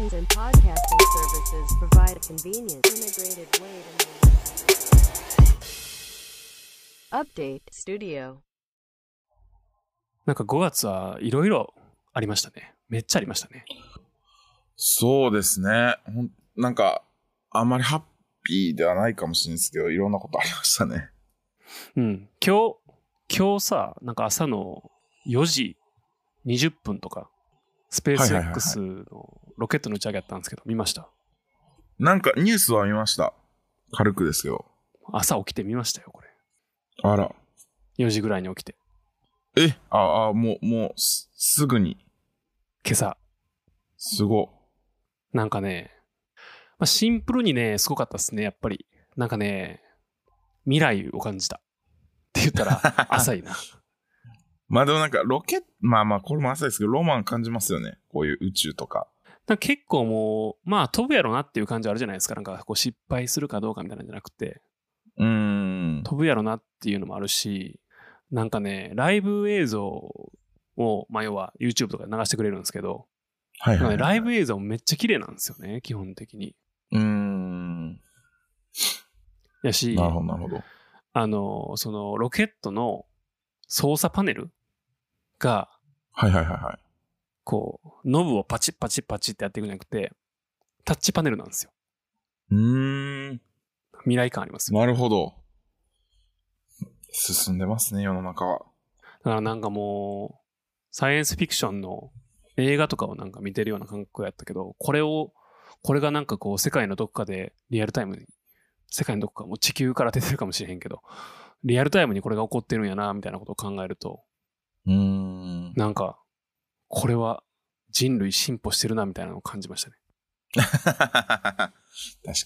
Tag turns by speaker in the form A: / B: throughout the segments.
A: Podcasting services provide a convenient, integrated way to update studio.
B: なんか5月はいろいろありましたね。めっちゃありましたね。
C: そうですね。ほんなんか、あんまりハッピーではないかもしれないですけど、いろんなことありましたね。
B: うん。今日、今日さ、なんか朝の4時20分とか、スペー
C: はい
B: ス
C: はいはいはい
B: X のロケットの打ち上げやったんですけど、見ました。
C: なんかニュースは見ました。軽くですけど。
B: 朝起きて見ましたよ、こ
C: あら。
B: れ。4時ぐらいに起きて。
C: えああ、もう、もうす、すぐに。
B: 今朝。
C: すご。
B: なんかね、まあ、シンプルにね、すごかったですね、やっぱり。なんかね、未来を感じた。って言った ら、浅いな。
C: まあでもなんかロケット、まあまあこれも朝ですけど、ロマン感じますよね。こういう宇宙とか。
B: なんか結構もう、まあ飛ぶやろなっていう感じあるじゃないですか。なんかこう失敗するかどうかみたいなんじゃなくて、
C: うーん。
B: 飛ぶやろなっていうのもあるし、なんかね、ライブ映像を、まあ要は YouTube とかで流してくれるんですけど、
C: はい
B: なん
C: は
B: かね
C: い。
B: ライブ映像もめっちゃ綺麗なんですよね、基本的に。
C: うーん。
B: やし、
C: なるほど、なるほど。
B: あの、そのロケットの操作パネルが、
C: はいはいはいはい。
B: こう、ノブをパチッパチッパチッってやっていくんじゃなくて、タッチパネルなんですよ。
C: うーん。
B: 未来感ありますよ。
C: なるほど。進んでますね、世の中は。
B: だからなんかもう、サイエンスフィクションの映画とかをなんか見てるような感覚やったけど、これを、これがなんかこう、世界のどこかでリアルタイムに、世界のどこか、もう地球から出てるかもしれへんけど、リアルタイムにこれが起こってるんやな、みたいなことを考えると、
C: うーん。
B: なんか、これは人類進歩してるな、みたいなのを感じましたね。
C: 確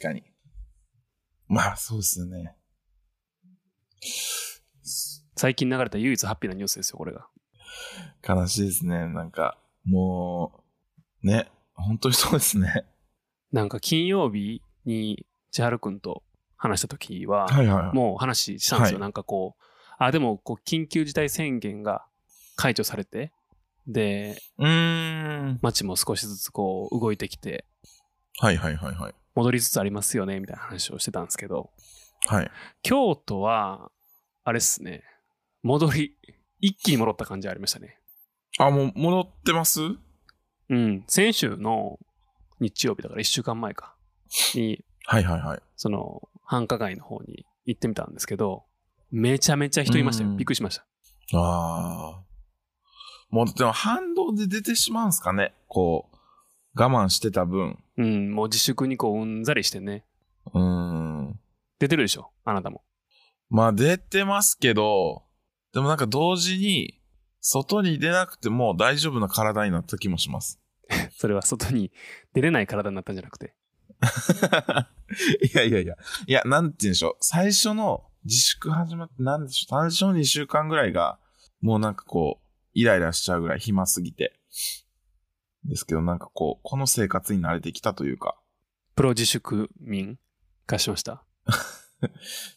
C: かに。まあ、そうですね。
B: 最近流れた唯一ハッピーなニュースですよ、これが。
C: 悲しいですね。なんか、もう、ね、本当にそうですね。
B: なんか金曜日に千春くんと話した時は、
C: はいはいはい。
B: もう話したんですよ。
C: はい
B: なんかこう、あ、でもこう緊急事態宣言が解除されて、で、
C: うーん。
B: 街も少しずつこう動いてきて、
C: はいはいはいはい。
B: 戻りつつありますよね、みたいな話をしてたんですけど、
C: はい。
B: 京都は、あれっすね、戻り、一気に戻った感じありましたね。
C: あ、もう戻ってます
B: うん、先週の日曜日だから1週間前か、に、
C: はいはいはい。
B: その繁華街の方に行ってみたんですけど、めちゃめちゃ人いましたよ。
C: うん
B: びっくりしました。
C: ああ。もう、でも反動で出てしまうんすかね。こう、我慢してた分。
B: うん、もう自粛にこううんざりしてね。
C: うーん。
B: 出てるでしょあなたも。
C: まあ出てますけど、でもなんか同時に、外に出なくても大丈夫な体になった気もします。
B: それは外に出れない体になったんじゃなくて。
C: いやいやいや。いや、なんて言うんでしょう。最初の自粛始まって、なんでしょう。最初の2週間ぐらいが、もうなんかこう、イライラしちゃうぐらい暇すぎて。ですけど、なんかこう、この生活に慣れてきたというか、
B: プロ自粛民化しました。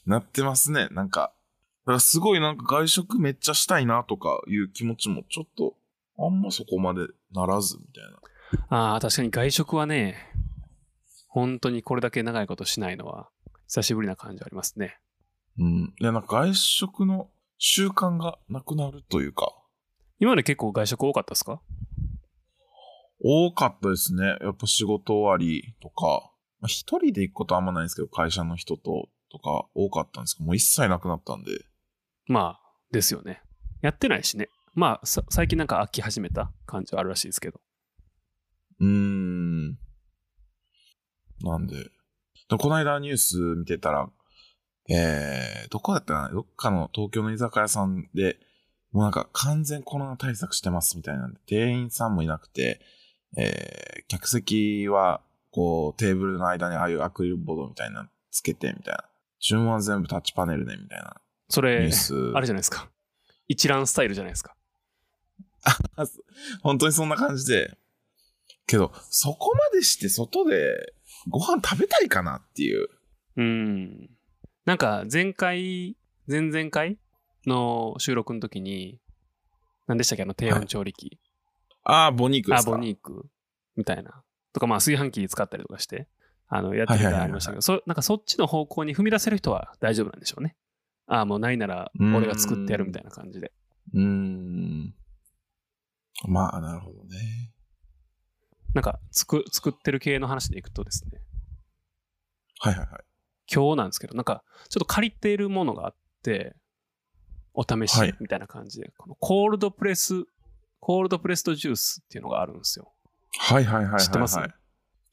C: なってますね。なんか、だからすごいなんか外食めっちゃしたいなとかいう気持ちもちょっと、あんまそこまでならずみたいな。
B: ああ、確かに外食はね、本当にこれだけ長いことしないのは久しぶりな感じありますね。
C: うん。で、なんか外食の習慣がなくなるというか、
B: 今まで結構外食多かったですか
C: 多かったですね。やっぱ仕事終わりとか、まあ、一人で行くことあんまないんですけど、会社の人ととか多かったんですけど、もう一切なくなったんで。
B: まあ、ですよね。やってないしね。まあ、さ最近なんか飽き始めた感じはあるらしいですけど。
C: うーん。なんで。でこの間ニュース見てたら、えー、どこだったかなどっかの東京の居酒屋さんで、もうなんか完全コロナ対策してますみたいなんで、店員さんもいなくて、えー、客席は、こう、テーブルの間にああいうアクリルボードみたいなのつけて、みたいな。注文は全部タッチパネルね、みたいな
B: そ
C: ニュ
B: れ
C: ー、ス。
B: あれじゃないですか。一覧スタイルじゃないですか。
C: 本当にそんな感じで。けど、そこまでして外でご飯食べたいかなっていう。
B: うん。なんか前回、前々回の収録の時に、何でしたっけあの低温調理器。
C: ああ、ボニークで
B: ア
C: すか。
B: ボニークみたいなとか、まあ、炊飯器使ったりとかして、あの、やってるみたいなのありましたけど、そなんかそっちの方向に踏み出せる人は大丈夫なんでしょうね。ああ、もうないなら、俺が作ってやるみたいな感じで。
C: うーん。まあ、なるほどね。
B: なんか、つく、作ってる系の話でいくとですね、
C: はいはいはい。
B: 今日なんですけど、なんか、ちょっと借りているものがあって、お試し
C: はい
B: みたいな感じで、このコールドプレス、コールドプレストジュースっていうのがあるんですよ。
C: はいはいはいはい、はい。
B: 知ってます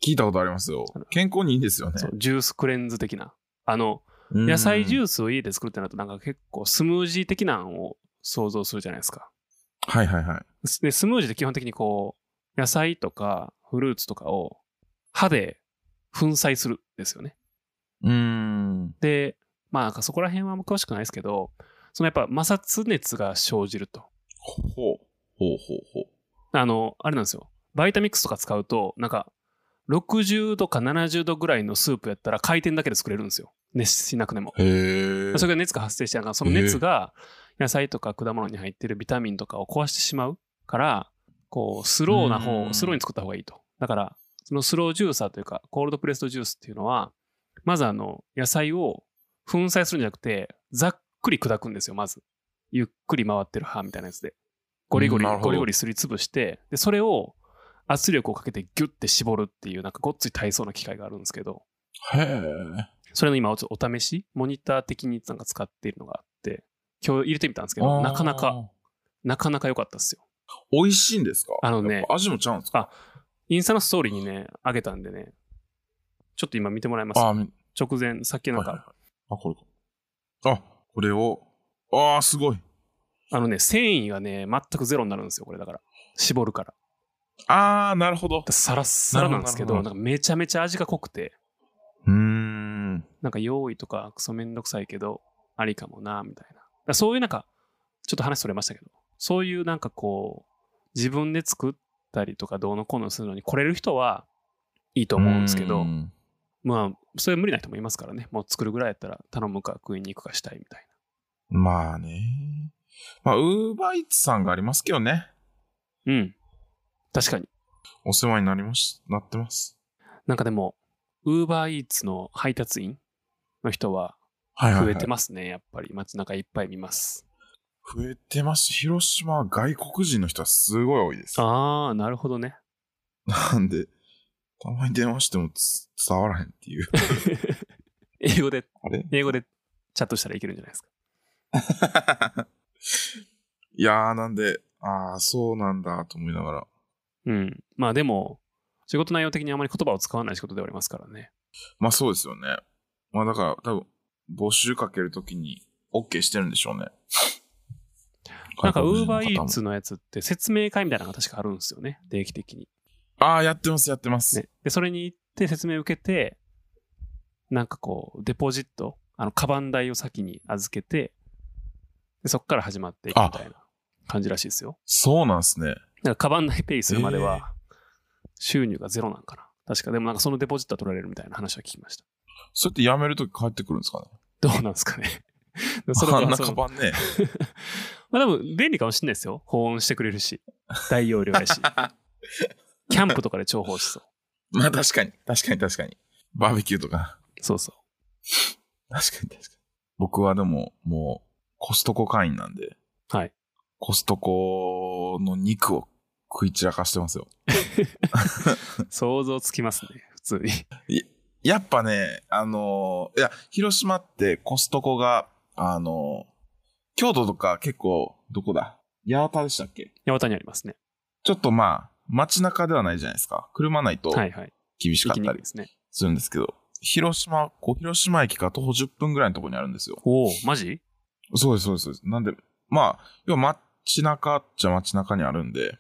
C: 聞いたことありますよ。健康にいいんですよね。
B: そうジュースクレンズ的な。あの、
C: うん
B: 野菜ジュースを家で作るってなると、なんか結構スムージー的なのを想像するじゃないですか。
C: はいはいはい。
B: で、スムージーって基本的にこう、野菜とかフルーツとかを歯で粉砕するんですよね。
C: うーん。
B: で、まあなんかそこら辺はあんま詳しくないですけど、そのやっぱ摩擦熱が生じると。
C: ほう。ほうほうほう。
B: あの、あれなんですよ。バイタミックスとか使うと、なんか、60度か70度ぐらいのスープやったら回転だけで作れるんですよ。熱しなくても。
C: へえ。
B: それが熱が発生してなんかその熱が野菜とか果物に入ってるビタミンとかを壊してしまうから、こう、スローな
C: う
B: 方、
C: ん
B: スローに作った方がいいと。だから、そのスロージューサーというか、コールドプレストジュースっていうのは、まずあの、野菜を粉砕するんじゃなくて、ざっくり砕くんですよ、まず。ゆっくり回ってる歯みたいなやつで。ゴリゴリ、
C: うんなるほど
B: ゴリゴリすりつぶして、で、それを圧力をかけてギュッて絞るっていう、なんかごっつい体操な機械があるんですけど、
C: へえ。
B: それの今おお試し、モニター的になんか使っているのがあって、今日入れてみたんですけ
C: あ
B: ど、
C: ー
B: なかなか、。なかなか良かったですよ。
C: 美味しいんですか
B: あのね
C: やっぱ味もちゃうんですか
B: インスタのストーリーにね、あげたんでね、ちょっと今見てもらいます。
C: あ、み
B: 直前、さっきなんか、
C: はいはいはいあ、これか。あ、これを。ああ、すごい。
B: あのね、繊維がね、全くゼロになるんですよ、これだから。絞るから。だか
C: ああ、なるほど
B: ら。サラッサラなんですけど、
C: な
B: な
C: る
B: ん
C: ほ
B: かめちゃめちゃ味が濃くて、
C: うーん。
B: なんか用意とかクソめんどくさいけど、ありかもな、みたいな。だからそういうなんか、ちょっと話それましたけど、そういうなんかこう、自分で作ったりとかどうのこうのするのに来れる人はいいと思うんですけど、
C: うん
B: まあ、それ無理な人もいますからね、もう作るぐらいやったら頼むか食いに行くかしたいみたい
C: まあね。まあ、ウーバーイーツさんがありますけどね。
B: な。うん。確かに。
C: お世話になりまし、なってます。
B: なんかでも、ウーバーイーツの配達員の人は
C: はいはい、
B: 増
C: は
B: え
C: い。
B: てますね、やっぱり。街中いっぱい見ます。
C: 増えてます。広島は外国人の人はすごい多いです。
B: あー、なるほどね。
C: なんで、たまに電話してもつ伝わらへんっていう。
B: 英語で、
C: あれ
B: 英語でチャットしたらいけるんじゃないですか。
C: いやー、なんで、ああ、そうなんだと思いながら。
B: うん。まあでも、仕事内容的にあまり言葉を使わない仕事ではありますからね。
C: まあそうですよね。まあだから、多分、募集かけるときに OK してるんでしょうね。
B: なんか、ウーバー
C: 外
B: イ
C: 国人の
B: ー
C: 方も
B: ツのやつって説明会みたいなのが確かあるんですよね。定期的に。
C: ああ、やってます、やってます。
B: ね。で、それに行って説明受けて、なんかこう、デポジット、あの、カバン代を先に預けて、でそっから始まっていくみたいな感じらしいですよ。
C: そうなんですね。
B: なんか、カバン代ペイするまでは、収入がゼロなんかな。確か、でもなんかそのデポジットは取られるみたいな話は聞きました。
C: そうやって辞めるとき帰ってくるんですかね。
B: どうなんです かね。それ
C: あ
B: は
C: んな
B: そ
C: カ
B: の
C: バンね。
B: まあ多分便利かもしれないですよ。保温してくれるし、大容量や し、キャンプとかで重宝しそう。
C: まあ確かに、確かに確かに。バーベキューとか。
B: そうそ
C: 確かに確かに。僕はでも、もう、コストコ会員なんで、
B: う。 はい。
C: コストコの肉を食い散らかしてますよ。
B: 想像つきますね、普通に。
C: やっぱね、あのーいや、広島ってコストコが、あのー京都とか結構、どこだ八幡でしたっけ
B: 八幡にありますね。
C: ちょっとまあ、街中ではないじゃないですか。車ないと
B: はいはい。
C: 厳し
B: 行
C: か
B: き
C: っ
B: に
C: た
B: くい
C: り
B: ですね。
C: するんですけど、広島、こう、広島駅から徒歩10分ぐらいのところにあるんですよ。
B: おお、マジ
C: そうです、そうですそうです。なんで、まあ、要は街中っちゃ街中にあるんで、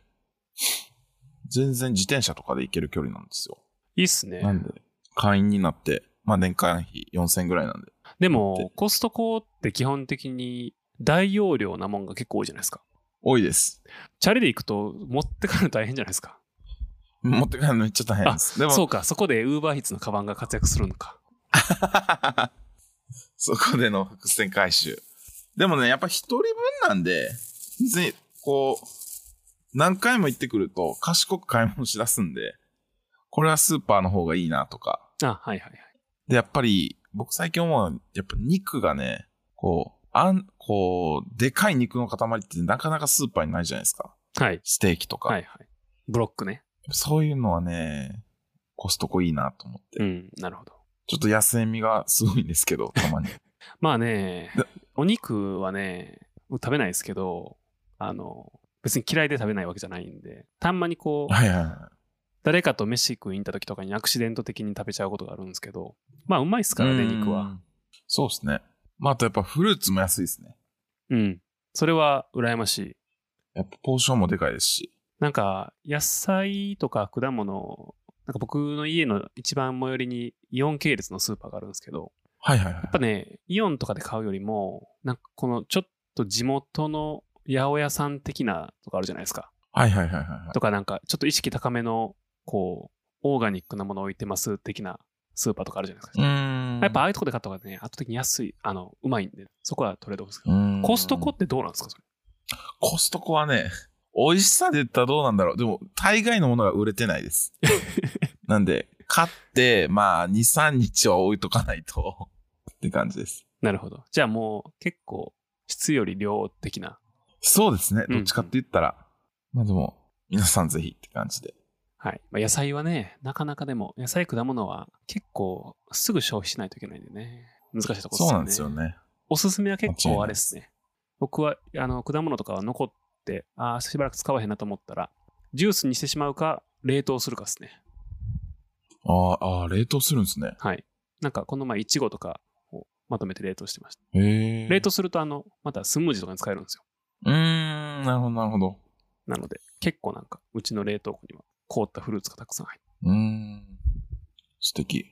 C: 全然自転車とかで行ける距離なんですよ。
B: いいっすね。
C: なんで、会員になって、まあ年会費4000ぐらいなんで。
B: で
C: だっ
B: も
C: て、
B: コストコって基本的に大容量なもんが結構多いじゃないですか。
C: 多いです。
B: チャリで行くと持って帰るの大変じゃないですか。
C: 持って帰るのめっちゃ大変です。でも、
B: そうか、そこで Uber Eats のカバンが活躍するのか。
C: そこでの伏線回収。でもね、やっぱ一人分なんで、別に、こう、何回も行ってくると賢く買い物しだすんで、これはスーパーの方がいいなとか。
B: あ、はいはいはい。
C: で、やっぱり、僕最近思うのは、やっぱ肉がね、こう、あん、こう、でかい肉の塊ってなかなかスーパーにないじゃないですか。
B: はい。
C: ステーキとか。
B: はいはい。ブロックね。
C: そういうのはね、コストコいいなと思って。
B: うん、なるほど。
C: ちょっと安いみがすごいんですけど、た まに。
B: まあね
C: で、
B: お肉はね、僕食べないですけど、あの、別に嫌いで食べないわけじゃないんで、たんまにこう、
C: はいはいはい。
B: 誰かと飯食いに行った時とかにアクシデント的に食べちゃうことがあるんですけど、まあうまいっすからね、
C: うん
B: 肉は。。
C: そうですね。まあ、あとやっぱフルーツも安いですね。
B: うん。それは羨ましい。
C: やっぱポーションもでかいですし。
B: なんか、野菜とか果物、なんか僕の家の一番最寄りにイオン系列のスーパーがあるんですけど、
C: はいはいはい
B: やっ。ぱね、イオンとかで買うよりも、なんかこのちょっと地元の八百屋さん的なとかあるじゃないですか。
C: はいはいはいはいはい。
B: とかなんか、ちょっと意識高めの、こう、オーガニックなものを置いてます的なスーパーとかあるじゃないですか。
C: ん
B: やっぱああいうとこで買った方がね、圧倒的に安い、あの、うまいんで、そこはトレードオフですけど。
C: うん
B: コストコってどうなんですか、それ。
C: コストコはね、美味しさで言ったらどうなんだろう。でも、大概のものが売れてな いです。なんで、買って、まあ、2、3日は置いとかないと、って感じです。
B: なるほど。じゃあもう、結構、質より量的な。
C: そうですね。
B: うん
C: どっちかって言ったら。まあでも、皆さんぜひって感じで。
B: はい。まあ、野菜はね、なかなかでも、野菜、果物は結構、すぐ消費しないといけないんでね。難しいところですよね。
C: そうなんですよね。
B: おすすめは結構あれですね。僕はあの果物とかは残って、あーしばらく使わへんなと思ったら、ジュースにしてしまうか、冷凍するかですね。
C: あーあー、冷凍するんですね。
B: はい。なんかこの前、いちごとかをまとめて冷凍してました。
C: へえ。
B: 冷凍すると、あの、またスムージーとかに使えるんですよ。
C: うーん、なるほど、なるほど。
B: なので、結構なんか、うちの冷凍庫には凍ったフルーツがたくさん入って
C: うーん。素敵。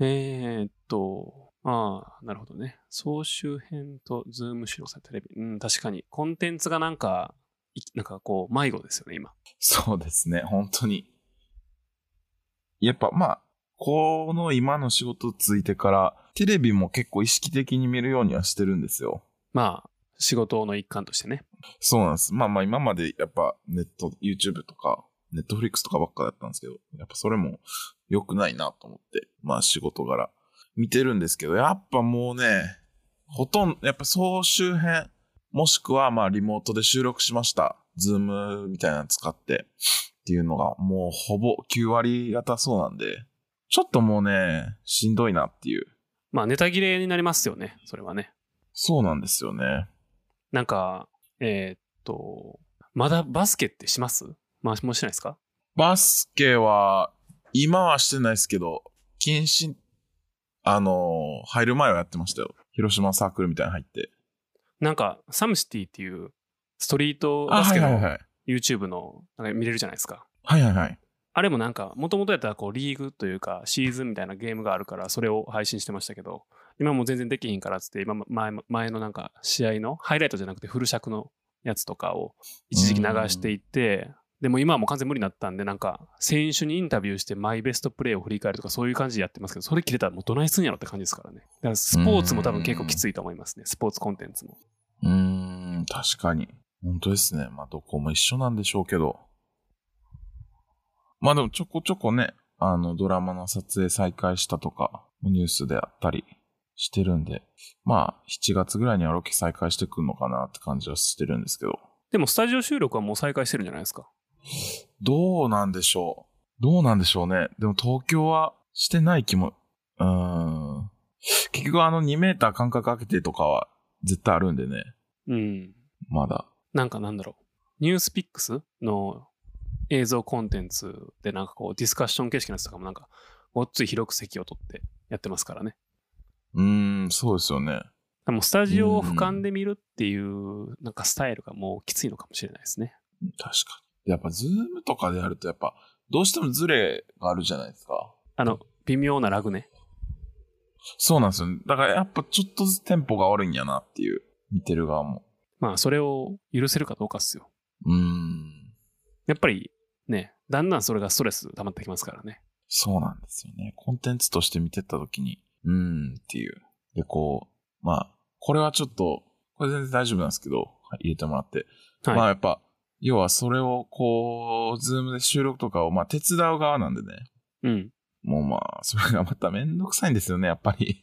B: えー、っと、ああ、なるほどね。総集編とズーム収録されたテレビ。うん、確かに。コンテンツがなんか、いなんかこう、迷子ですよね、今。
C: そうですね、本当に。やっぱまあ、この今の仕事ついてから、テレビも結構意識的に見るようにはしてるんですよ。
B: まあ、仕事の一環としてね。
C: そうなんです。まあまあ今までやっぱネット、YouTube とか、Netflix とかばっかだったんですけど、やっぱそれも良くないなと思って、まあ仕事柄見てるんですけど、やっぱもうね、ほとんど、やっぱ総集編、もしくはまあリモートで収録しました。ズームみたいなの使ってっていうのがもうほぼ9割方そうなんで、ちょっともうね、しんどいなっていう。
B: まあ、ネタ切れになりますよね、それはね。
C: そうなんですよね。
B: なんか、えーっと、まだバスケってしますまあ、もうしないですか
C: バスケは、今はしてないですけど、謹慎、あのー入る前はやってましたよ。広島サークルみたいに入って。
B: なんか、サムシティっていうストリート
C: あ、
B: バス
C: は
B: ケ
C: いはい
B: の
C: はい。
B: YouTube のなんか見れるじゃないですか。
C: はいはいはい。
B: あれもなんか、もともとやったらこうリーグというかシーズンみたいなゲームがあるから、それを配信してましたけど、今もう全然できひんからっつって、今前前のなんか試合のハイライトじゃなくてフル尺のやつとかを一時期流していて、でも今はもう完全無理になったんで、なんか選手にインタビューしてマイベストプレーを振り返るとかそういう感じでやってますけど、それ切れたらもうどないすんやろって感じですからね。だからスポーツも多分結構きついと思いますね、スポーツコンテンツも。
C: うーん、確かに。本当ですね。まあ、どこも一緒なんでしょうけど。まあでもちょこちょこね、あの、ドラマの撮影再開したとか、ニュースであったりしてるんで、まあ、7月ぐらいにはロケ再開してくるのかなって感じはしてるんですけど。
B: でもスタジオ収録はもう再開してるんじゃないですか。
C: どうなんでしょう。どうなんでしょうね。でも東京はしてない気も、うーん。結局あの2メーター間隔空けてとかは絶対あるんでね。
B: うん。
C: まだ。
B: なんかなんだろう、ニュースピックスの映像コンテンツでなんかこうディスカッション形式のやつとかもなんかごっつい広く席を取ってやってますからね。
C: うーん、そうですよね。
B: でもスタジオを俯瞰で見るっていうなんかスタイルがもうきついのかもしれないですね。
C: 確かに。やっぱズームとかでやるとやっぱどうしてもズレがあるじゃないですか。
B: あの、微妙なラグね。
C: そうなんですよ、ね。だからやっぱちょっとずつテンポが悪いんやなっていう。見てる側も。
B: まあそれを許せるかどうかっすよ。
C: うーん。
B: やっぱりね、だんだんそれがストレス溜まってきますからね。
C: そうなんですよね。コンテンツとして見てった時に、うーんっていう。で、こう、まあ、これはちょっと、これ全然大丈夫なんですけど、はい入れてもらって。
B: はい。
C: まあやっぱ、要はそれをこう、ズームで収録とかをまあ手伝う側なんでね。
B: うん。
C: もうまあ、それがまためんどくさいんですよね、やっぱ り。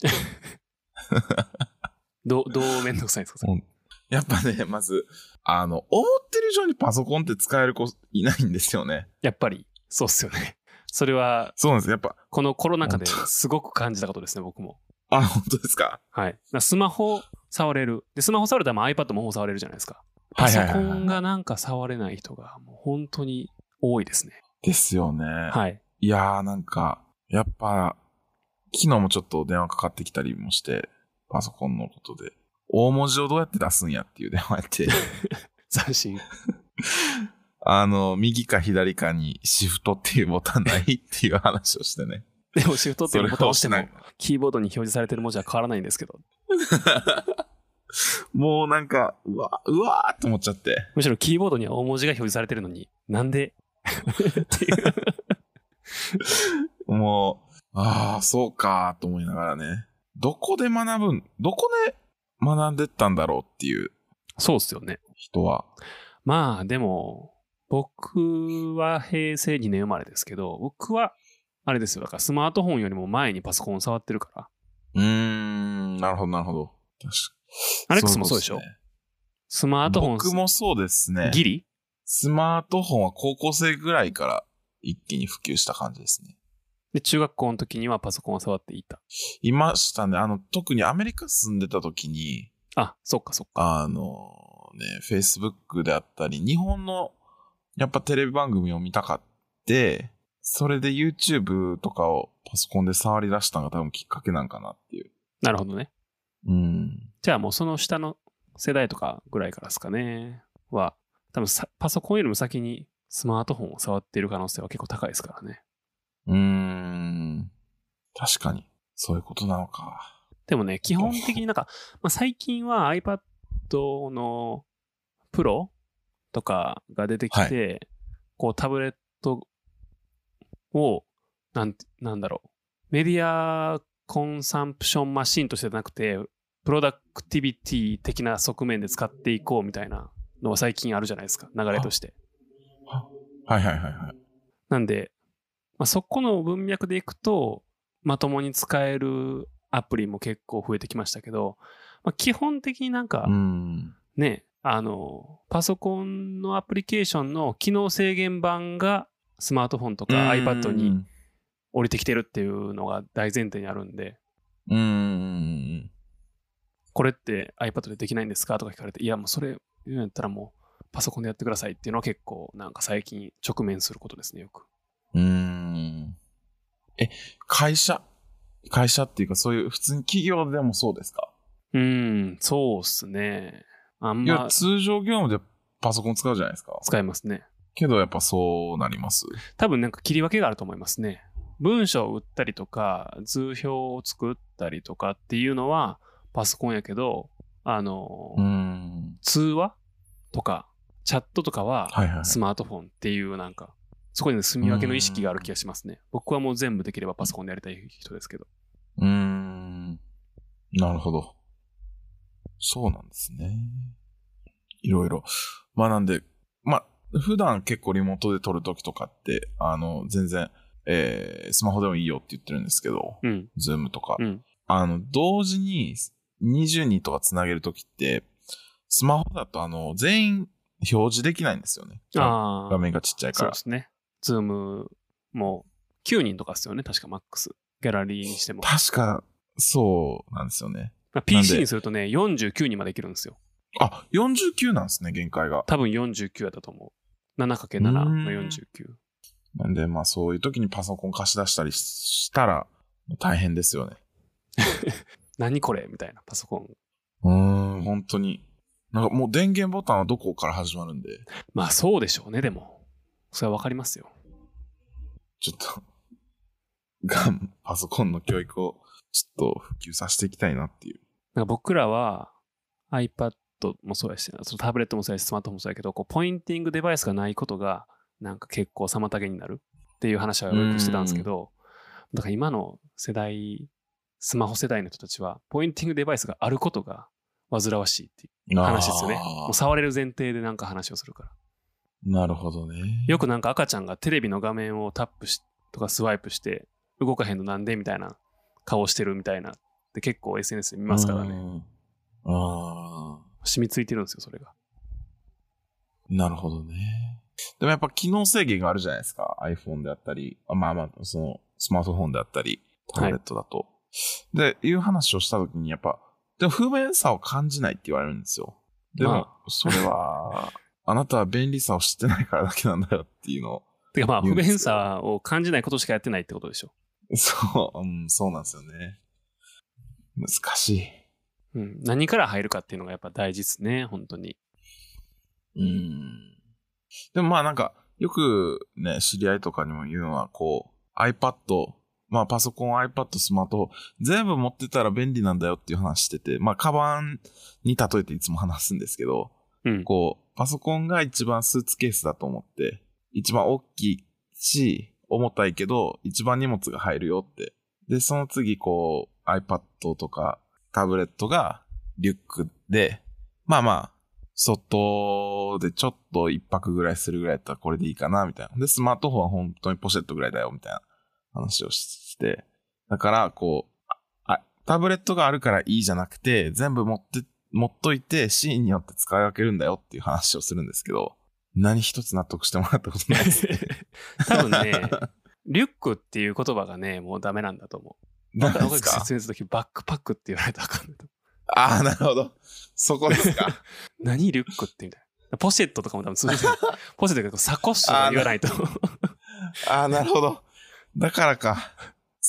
B: どう、どうめんどくさいんですかそれ
C: もうやっぱね、まず、あの、思ってる以上にパソコンって使える子いないんですよね。
B: やっぱり、そうっすよね。それは、
C: そうなんです。やっぱ、
B: このコロナ禍で
C: 本
B: すごく感じたことですね、僕も。
C: あ、本当ですか。
B: はい。だからスマホ触れる。で、スマホ触れたらまあ iPad も触れるじゃないですか。パ
C: はい
B: ソ
C: はいはい
B: コ
C: はい
B: ンがなんか触れない人がもう本当に多いですね。
C: ですよね。
B: はい。
C: いやーなんか、やっぱ、昨日もちょっと電話かかってきたりもして、パソコンのことで。大文字をどうやって出すんやっていう電話や って、
B: 斬新。
C: あの、右か左かにシフトっていうボタンないっていう話をしてね。
B: でもシフトっていうボタンを押して
C: それ
B: も
C: を押、
B: キーボードに表示されてる文字は変わらないんですけど、
C: もうなんか、うわ、うわーって思っちゃって。
B: むしろキーボードには大文字が表示されてるのに、なんでっていう。
C: もう、ああ、そうかと思いながらね。どこで学ぶん、どこで学んでったんだろうっていう
B: そうっすよね。
C: 人は。
B: まあでも、僕は平成2年生まれですけど、僕は、あれですよ。だからスマートフォンよりも前にパソコンを触ってるから。
C: うーん、なるほど、なるほど。確か
B: アレックスもそうでしょ
C: いことすね
B: スマートフォン、
C: 僕もそうですね。
B: ギリ
C: スマートフォンは高校生ぐらいから一気に普及した感じですね。
B: で、中学校の時にはパソコンを触っていた。
C: いましたね。あの、特にアメリカ住んでた時に、
B: あ、そっかそっか。
C: あのね、Facebook であったり、日本のやっぱテレビ番組を見たかって、それで YouTube とかをパソコンで触り出したのが多分きっかけなんかなっていう。
B: なるほどね。
C: うん。
B: じゃあもうその下の世代とかぐらいからですかね。は、多分さパソコンよりも先にスマートフォンを触っている可能性は結構高いですからね。
C: うーん。確かに。そういうことなのか。
B: でもね、基本的になんか、まあ、最近は iPad の Pro とかが出てきて、こうタブレットを、なんて、なんだろう。メディアコンサンプションマシンとしてじゃなくて、プロダクティビティ的な側面で使っていこうみたいなのは最近あるじゃないですか、流れとして。
C: はいはいはいはい。
B: なんで、まあ、そこの文脈でいくと、まともに使えるアプリも結構増えてきましたけど、まあ、基本的になんか
C: うん。
B: ね、あの、パソコンのアプリケーションの機能制限版がスマートフォンとか iPad に降りてきてるっていうのが大前提にあるんで、
C: うん。うん。
B: これって iPad でできないんですかとか聞かれて、いや、もうそれ言うんやったらもうパソコンでやってくださいっていうのは結構なんか最近直面することですね、よく。
C: うーん。え、会社会社っていうか、そういう、普通に企業でもそうですか、
B: うん、そうっすね。あん
C: いや、
B: ま
C: 通常業務でパソコン使うじゃないですか。
B: 使えますね。
C: けど、やっぱそうなります。
B: 多分なんか切り分けがあると思いますね。文章を打ったりとか、図表を作ったりとかっていうのはパソコンやけど、あの、
C: うーん。
B: 通話とか、チャットとかは
C: はいはいはい。
B: スマートフォンっていうなんか、そこに住み分けの意識がある気がしますね。僕はもう全部できればパソコンでやりたい人ですけど。
C: うーん。なるほど。そうなんですね。いろいろ。まあなんで、まあ、普段結構リモートで撮るときとかって、あの、全然、えースマホでもいいよって言ってるんですけど、
B: うん、
C: ズームとか。
B: うん。
C: あの、同時に20人とかつなげるときって、スマホだとあの、全員表示できないんですよね。
B: あ
C: 画
B: あ、
C: 面がちっちゃいか
B: そう
C: ら
B: で。すね。ズームも9人とかですよね。確かマックス。ギャラリーにしても。
C: 確か、そうなんですよね。
B: まあ
C: なんで
B: PC にするとね、49人までいけるんですよ。
C: あ、49なんですね、限界が。
B: 多分49だと思う。7×7
C: うーん
B: の49。
C: なんで、まあそういうときにパソコン貸し出したりしたら、大変ですよね。
B: 何これみたいなパソコン。
C: うーん、本当に。なんかもう電源ボタンはどこから始まるんで、
B: まあそうでしょうね、でも。それはわかりますよ。
C: ちょっと、がん、パソコンの教育をちょっと普及させていきたいなっていう。
B: なんか僕らは iPad もそうやし、そのタブレットもそうやし、スマートフォンもそうやけど、こうポインティングデバイスがないことが、なんか結構妨げになるっていう話はよくしてたんですけど、だから今の世代、スマホ世代の人たちは、ポインティングデバイスがあることが煩わしいっていう話ですよね。もう触れる前提でなんか話をするから。
C: なるほどね。
B: よくなんか赤ちゃんがテレビの画面をタップしとかスワイプして動かへんのなんでみたいな顔してるみたいなって結構 SNS で見ますからね、
C: ね。ああ。
B: 染みついてるんですよそれが
C: なるほどね。でもやっぱ機能制限があるじゃないですか。iPhone であったり、あまあまあ、そのスマートフォンであったり、タブレットだと。で、いう話をしたときに、やっぱ、でも不便さを感じないって言われるんですよ。でも
B: ま、
C: それ は、あなたは便利さを知ってないからだけなんだよっていうのを。
B: てかまあ
C: 言
B: 不
C: うんですよ
B: 便さを感じないことしかやってないってことでしょ、
C: そう、うん、そうなんですよね。難し
B: うん、何から入るかっていうのがやっぱ大事ですね本当に
C: い。うん。でもまあなんか、よくね、知り合いとかにも言うのは、こう、iPad、まあパソコン、iPad、スマートフォン、全部持ってたら便利なんだよっていう話してて、まあカバンに例えていつも話すんですけど、
B: うん
C: こう、パソコンが一番スーツケースだと思って、一番大きいし、重たいけど、一番荷物が入るよって。で、その次、こう、iPad とかタブレットがリュックで、まあまあ、外でちょっと一泊ぐらいするぐらいだったらこれでいいかな、みたいな。で、スマートフォンは本当にポシェットぐらいだよ、みたいな話をして。だから、こう、ああタブレットがあるからいいじゃなくて、全部持って、持っといて、シーンによって使い分けるんだよっていう話をするんですけど、何一つ納得してもらったことないです。
B: 多分ねリュックっていう言葉がねもうダメなんだと思う
C: 何
B: 僕
C: で
B: が
C: すか
B: 説明するときバックパックって言われたらあかんないと思う
C: ああ、なるほど。そこですか。
B: 何リュックってみたいなポシェットとかも多分通 じないポシェットとかサコッシュとか言わないと
C: ああ、なるほど。だからか。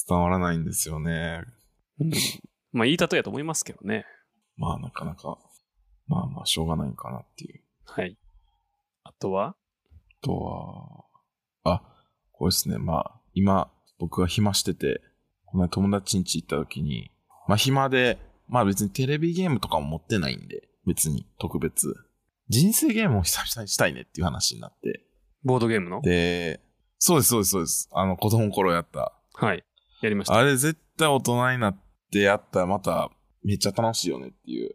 C: 伝わらないんですよね。
B: うんまあいい例えやと思いますけどね。
C: まあ、なかなか、まあまあ、しょうがないんかなっていう。
B: はい。あとは
C: あとは、あ、これですね。まあ、今、僕が暇してて、この前友達ん家行った時に、まあ暇で、まあ別にテレビゲームとかも持ってないんで、別に特別。人生ゲームを久々にしたいねっていう話になって。
B: ボードゲームの
C: で、そうです、そうです、そうです。あの、子供の頃やった。
B: はい。やりました。
C: あれ絶対大人になってやったらまためっちゃ楽しいよねっていう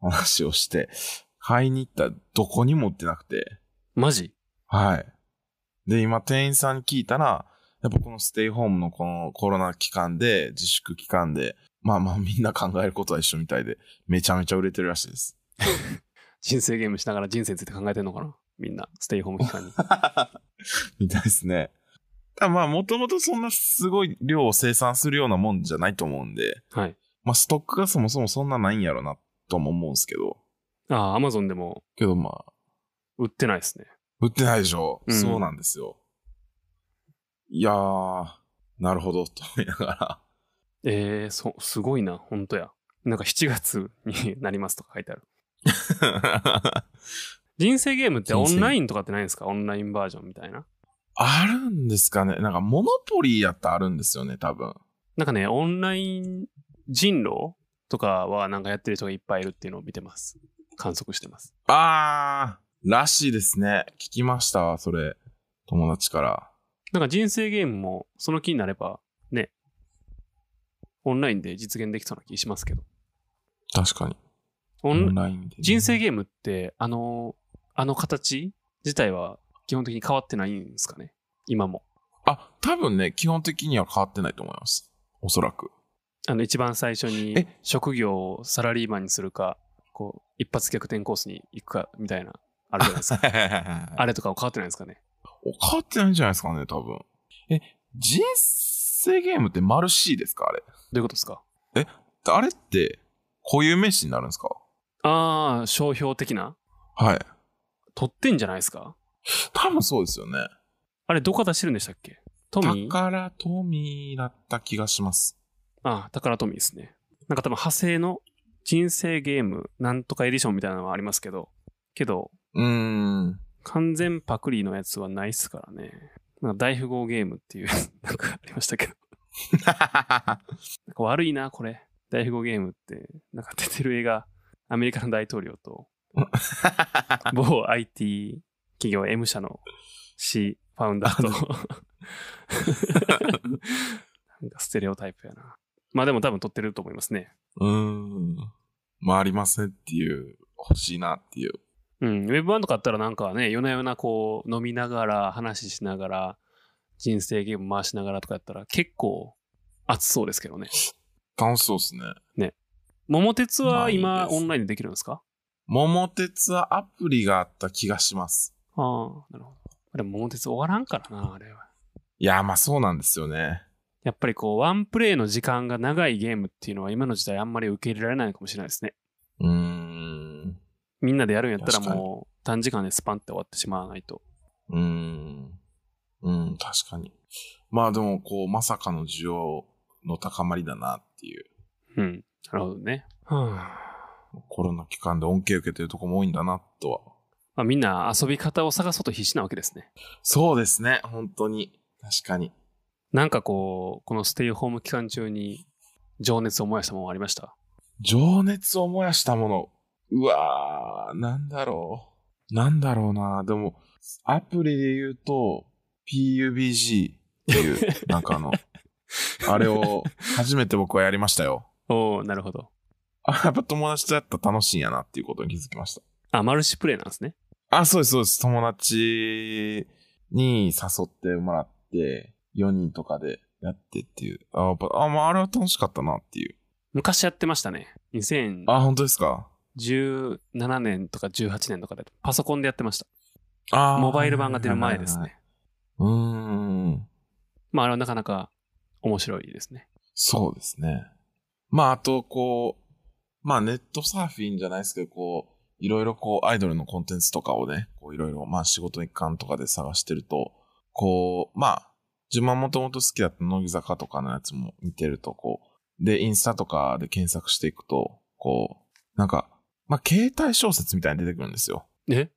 C: 話をして、買いに行ったらどこにも売ってなくて。
B: マジ
C: はい。で、今店員さんに聞いたら、やっぱこのステイホームのこのコロナ期間で、自粛期間で、まあまあみんな考えることは一緒みたいで、めちゃめちゃ売れてるらしいです。
B: 人生ゲームしながら人生について考えてんのかなみんな、ステイホーム期 間に。
C: みたいですね。ただまあもともとそんなすごい量を生産するようなもんじゃないと思うんで、
B: はい。
C: まあストックがそもそもそんなないんやろなとも思うんですけど、
B: ああ、アマゾンでも
C: けどまあ、
B: 売ってないですね。
C: 売ってないでしょ、
B: うん
C: そうなんですよ。いやー、なるほど、と思いながら。
B: えー、そ、すごいな。ほんとや。なんか7月に なりますとか書いてある。人生ゲームって
C: 人
B: オ
C: 生
B: ンラインとかってないんですかオンラインバージョンみたいな。
C: あるんですかねなんか、モノポリーやったらあるんですよね、多分。
B: なんかね、オンライン人狼とかはなんかやってる人がいっぱいいるっていうのを見てます。観測してます。
C: あー、らしいですね。聞きましたわ、それ。友達から。
B: なんか人生ゲームもその気になればね、オンラインで実現できそうな気しますけど。
C: 確かに。
B: オ
C: オ
B: ン
C: ンラインでね、
B: 人生ゲームって、あの、あの形自体は基本的に変わってないんですかね今も。
C: あ、多分ね、基本的には変わってないと思います。おそらく。
B: あの、一番最初に
C: え
B: 職業をサラリーマンにするか、こう、一発逆転コースに行くかみたいな、あるじゃない ですか。あ
C: あれ
B: れとかは変わってないですかね
C: 変わってないんじゃないですかね、多分。え、人生ゲームって丸 C ですかあれ。
B: どういうことですか
C: あれって、固有名詞になるんですか
B: ああ、商標的な
C: はい。
B: 取ってんじゃないですか
C: 多分そうですよね。
B: あれ、どこか出してるんでしたっけトミー
C: 宝トミーだった気がします。
B: ああ、宝トミーですね。なんか多分派生の人生ゲームなんとかエディションみたいなのはありますけど、けど、
C: うーん。
B: 完全パクリのやつはないっすからね。なんか大富豪ゲームっていう、 なんかありましたけど。なんか悪いな、これ。大富豪ゲームって、なんか出てる映画、アメリカの大統領と、某 IT 企業 M 社の C ファウンダーと、 なんかステレオタイプやな。まあでも多分撮ってると思いますね。
C: うーん。まあ、ありませんっていう、欲しいなっていう。
B: うん、ウェブ版とかあったらなんかね、夜な夜なこう飲みながら、話しながら、人生ゲーム回しながらとかやったら結構熱そうですけどね。
C: 楽しそうですね。
B: 桃鉄は
C: まあい
B: 今
C: いです
B: オンラインでできるんですか
C: 桃鉄はアプリがあった気がします。
B: ああ、なるほど。でも桃鉄終わらんからな、あれは。
C: いや、まあそうなんですよね。
B: やっぱりこう、ワンプレイの時間が長いゲームっていうのは今の時代あんまり受け入れられないのかもしれないですね。
C: うーん。
B: みんなでやるんやったら
C: 確かに
B: もう短時間でスパンって終わってしまわないと。
C: うーん。うん、確かに。まあでも、こう、まさかの需要の高まりだなっていう。
B: うん。なるほどね。はあ
C: コロナ期間で恩恵を受けてるとこも多いんだな、とは。
B: まあ、みんな遊び方を探そうと必死なわけですね。
C: そうですね、本当に。確かに。
B: なんかこう、このステイホーム期間中に情熱を燃やしたものありました。
C: 情熱を燃やしたもの。うわー、なんだろう。なんだろうな。でも、アプリで言うと、PUBG っていう、なんかあの、あれを初めて僕はやりましたよ。
B: おおなるほど。
C: あ、やっぱ友達とやったら楽しいんやなっていうことに気づきました。
B: あ、マルチプレイなんですね。
C: あ、そうです、そうです。友達に誘ってもらって、4人とかでやってっていう。あ、やっぱあ、まあ、あれは楽しかったなっていう。
B: 昔やってましたね。2017
C: あ、本当ですか
B: 年とか18年とかでパソコンでやってました。
C: あー
B: モバイル版が出る前です。ね。
C: うーん。
B: まあ、あれはなかなか面白いですね。
C: そうですね。まあ、あと、こう、まあ、ネットサーフィンじゃないですけど、こう、いろいろこう、アイドルのコンテンツとかをね、こう、いろいろ、まあ、仕事の一環とかで探してると、こう、まあ、自分はもともと好きだった乃木坂とかのやつも見てると、こう、で、インスタとかで検索していくと、こう、なんか、まあ、携帯小説みたいに出てくるんですよ。
B: え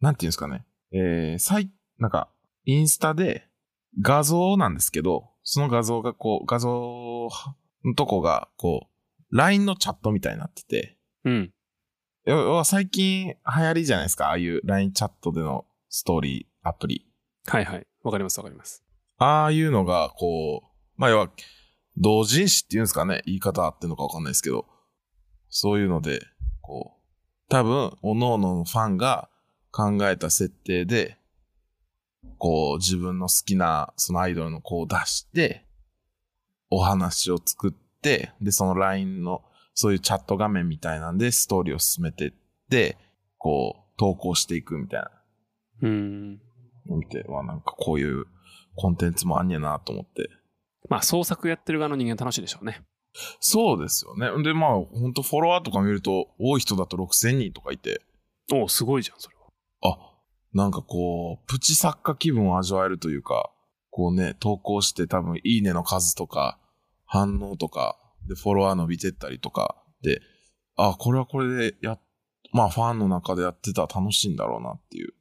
C: なんていうんですかね。えー、最、なんか、インスタで画像なんですけど、その画像がこう、画像のとこが、こう、LINE のチャットみたいになってて、
B: うん。
C: 要要は最近流行りじゃないですか、ああいう LINE チャットでのストーリーアプリ。
B: はいはい。わかりますわかります。
C: ああいうのが、こう、まあ、要は、同人誌っていうんですかね、言い方合ってんのかわかんないですけど、そういうので、こう、多分、各々のファンが考えた設定で、こう、自分の好きな、そのアイドルの子を出して、お話を作って、で、その LINE の、そういうチャット画面みたいなんで、ストーリーを進めてって、こう、投稿していくみたいな。
B: うーん。
C: 見て、はなんかこういうコンテンツもあんねやなと思って。
B: まあ、創作やってる側の人間楽しいでしょうね。
C: そうですよね。で、まあ、ほんとフォロワーとか見ると、多い人だと6000人とかいて、
B: おおすごいじゃん、それは。
C: あ、なんかこう、プチ作家気分を味わえるというか、こうね、投稿して多分、いいねの数とか、反応とか、で、フォロワー伸びてったりとか、で、あ、これはこれでや、まあ、ファンの中でやってたら楽しいんだろうなっていう、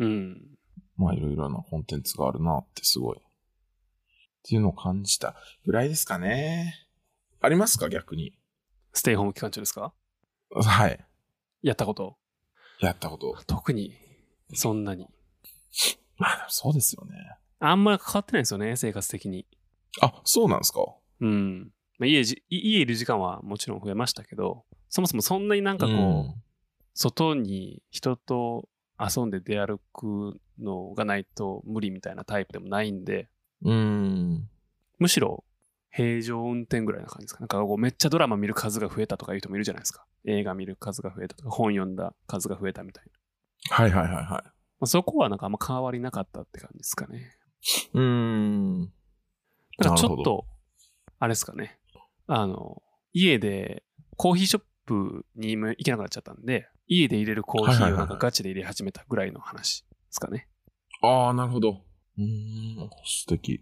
B: うん。
C: まあ、いろいろなコンテンツがあるなってすごい。っていうのを感じたぐらいですかね。ありますか逆に。
B: ステイホーム期間中ですか
C: はい。
B: やったこと。
C: やったこと。
B: 特に、そんなに。
C: まあ、そうですよね。
B: あんまり関わってないんですよね、生活的に。
C: あ、そうなんですか。
B: うん。まあ、家じ、家いる時間はもちろん増えましたけど、そもそもそんなになんかこう、外に人と遊んで出歩くのがないと無理みたいなタイプでもないんで、
C: う。うん。
B: むしろ平常運転ぐらいな感じですか。なんかこうめっちゃドラマ見る数が増えたとかいう人もいるじゃないですか。映画見る数が増えたとか、本読んだ数が増えたみたいな。
C: はいはいはいは
B: まあ、そこはなんかあんま変わりなかったって感じですかね。
C: い。うん。
B: なんかち
C: な
B: ょ
C: る
B: っ
C: ほ
B: と、あれですかね。あの、家でコーヒーショップに今行けなくなっちゃったんで、家で入れるコーヒ
C: はいはい
B: ー
C: は
B: を
C: い
B: なんかガチで入れ始めたぐらいの話ですかね。
C: ああ、なるほど。うん。素敵。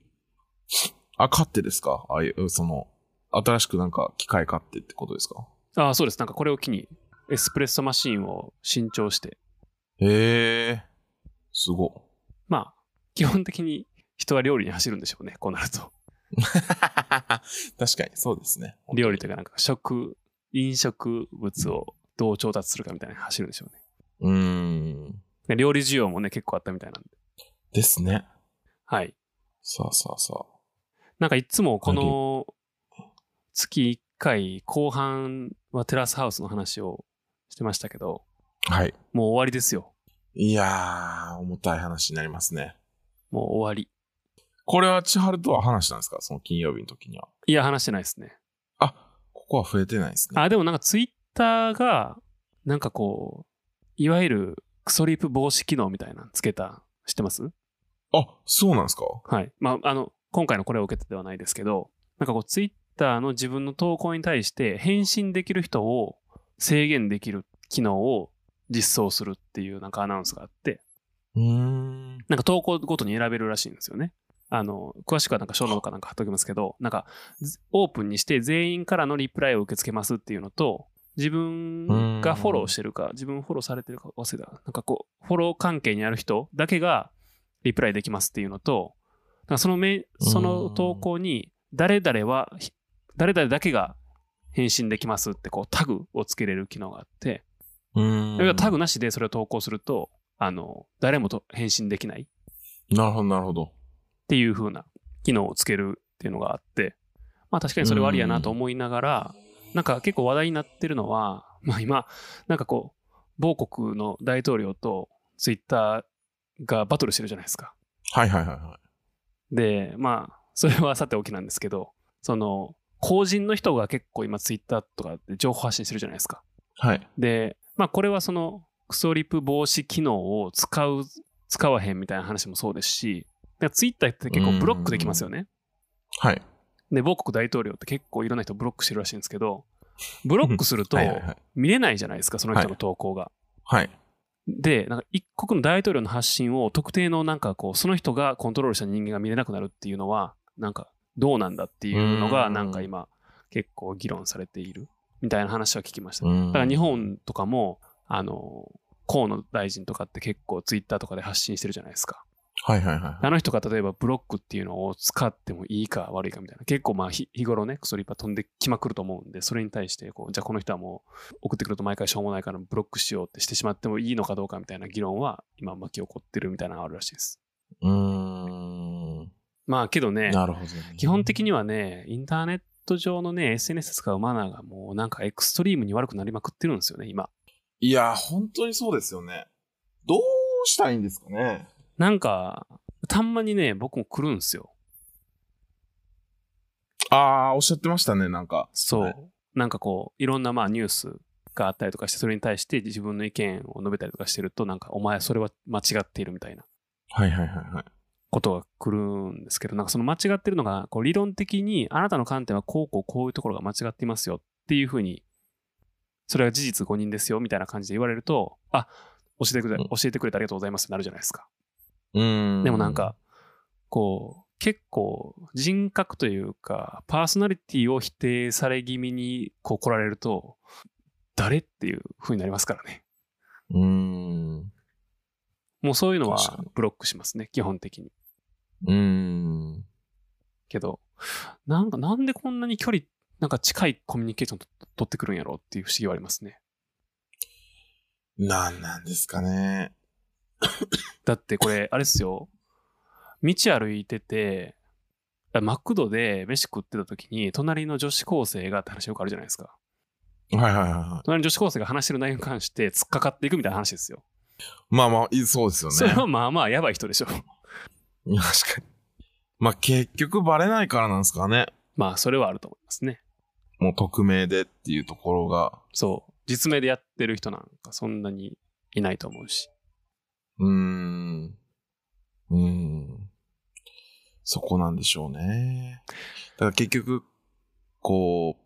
C: あ、買ってですかああいう、その、新しくなんか機械買ってってことですか
B: ああ、そうです。なんかこれを機にエスプレッソマシンを新調して、
C: へえ。すご。
B: まあ、基本的に人は料理に走るんでしょうね。こうなると。
C: 確かに、そうですね。
B: 料理というかなんか食、飲食物をどう調達するかみたいなのに走るんでしょうね
C: うん。
B: で。料理需要もね、結構あったみたいなんで。
C: ですね。
B: はい。
C: さあさあさあ。
B: なんかいつもこの月1回後半はテラスハウスの話をしてましたけど、
C: はい。
B: もう終わりですよ。
C: いやー、重たい話になりますね。
B: もう終わり。
C: これは千春とは話したんですかその金曜日の時には。
B: いや、話してないですね。
C: あ、ここは増えてないですね。
B: あ、でもなんかツイッターが、なんかこう、いわゆるクソリープ防止機能みたいなのつけた、知ってます
C: あ、そうなんですか
B: はい。まあ、あの、今回のこれを受けてではないですけど、なんかこう、ツイッターの自分の投稿に対して返信できる人を制限できる機能を実装するっていうなんかアナウンスがあって、
C: うーん。
B: なんか投稿ごとに選べるらしいんですよね。あの、詳しくはなんか小ノートかなんか貼っときますけど、なんか、ずオープンにして全員からのリプライを受け付けますっていうのと、自分がフォローしてるか、自分フォローされてるか忘れた。なんかこう、フォロー関係にある人だけがリプライできますっていうのと、なんかそのめ、その投稿に、誰々は、ひ誰々だけが返信できますってこうタグをつけれる機能があって、
C: うーん。
B: それがタグなしでそれを投稿すると、あの、誰もと返信できない
C: なるほど、なるほど。
B: っていう風な機能をつけるっていうのがあって、まあ確かにそれはありやなと思いながら、なんか結構話題になってるのは、まあ今、なんかこう、某国の大統領とツイッターがバトルしてるじゃないですか。
C: はいはいはいは
B: で、まあ、それはさておきなんですけど、その、公人の人が結構今ツイッターとかで情報発信してるじゃないですか。
C: い。はい。
B: で、まあこれはそのクソリプ防止機能を使う、使わへんみたいな話もそうですし、ツイッターって結構ブロックできますよね。
C: はい。
B: で、某国大統領って結構いろんな人ブロックしてるらしいんですけど、ブロックすると
C: はいはいはい
B: 見れないじゃないですか、その人の投稿が。
C: はい。
B: で、なんか一国の大統領の発信を特定のなんかこう、その人がコントロールした人間が見れなくなるっていうのは、なんかどうなんだっていうの
C: う
B: が、
C: ん
B: なんか今結構議論されているみたいな話は聞きました。
C: う
B: だ
C: ーん
B: から日。本とかも、あの、河野大臣とかって結構ツイッターとかで発信してるじゃないですか。
C: はいはいはい。
B: あの人が例えばブロックっていうのを使ってもいいか悪いかみたいな、結構まあ日日頃ね、クソリッパ飛んできまくると思うんで、それに対してこう、じゃあこの人はもう送ってくると毎回しょうもないからブロックしようってしてしまってもいいのかどうかみたいな議論は今巻き起こってるみたいなのがあるらしいです。
C: うーん。
B: まあけどね、
C: なるほどね。
B: 基本的にはね、インターネット上のね、SNS 使うマナーがもうなんかエクストリームに悪くなりまくってるんですよね、今。
C: いや、本当にそうですよね。どうしたいんですかね。
B: なんか、たんまにね、僕も来るんですよ。
C: あー、おっしゃってましたね、なんか。
B: そう、
C: はい
B: なんかこういろんなまあニュースがあったりとかしてそれに対して自分の意見を述べたりとかしてるとなんかお前それは間違っているみたいな
C: はいはいはいはい。
B: ことが来るんですけどなんかその間違ってるのがこう理論的にあなたの観点はこうこうこういうところが間違っていますよっていうふうにそれは事実誤認ですよみたいな感じで言われるとあ教えてくれ
C: うん
B: 教えてくれてありがとうございますってなるじゃないですか。
C: うーん。
B: でもなんか、こう、結構人格というか、パーソナリティを否定され気味にこう来られると、誰っていう風になりますからね。
C: うーん。
B: もうそういうのは
C: 確かに
B: ブロックしますね、基本的に。
C: うーん。
B: けど、なんかなんでこんなに距離、なんか近いコミュニケーションと取ってくるんやろうっていう不思議はありますね。
C: なんなんですかね。
B: だってこれ、あれっすよ。道歩いてて、あマクドで飯食ってた時に、隣の女子高生がって話よくあるじゃないですか。
C: はいはいはいは
B: 隣の女子高生が話してる内容に関して突っかかっていくみたいな話ですよ。
C: い。まあまあ、いそうですよね。
B: それはまあまあやばい人でしょ。
C: 確かに。まあ結局バレないからなんですかね。
B: まあそれはあると思いますね。
C: もう匿名でっていうところが。
B: そう。実名でやってる人なんかそんなにいないと思うし。
C: うーん。うーん。そこなんでしょうね。だから結局、こう、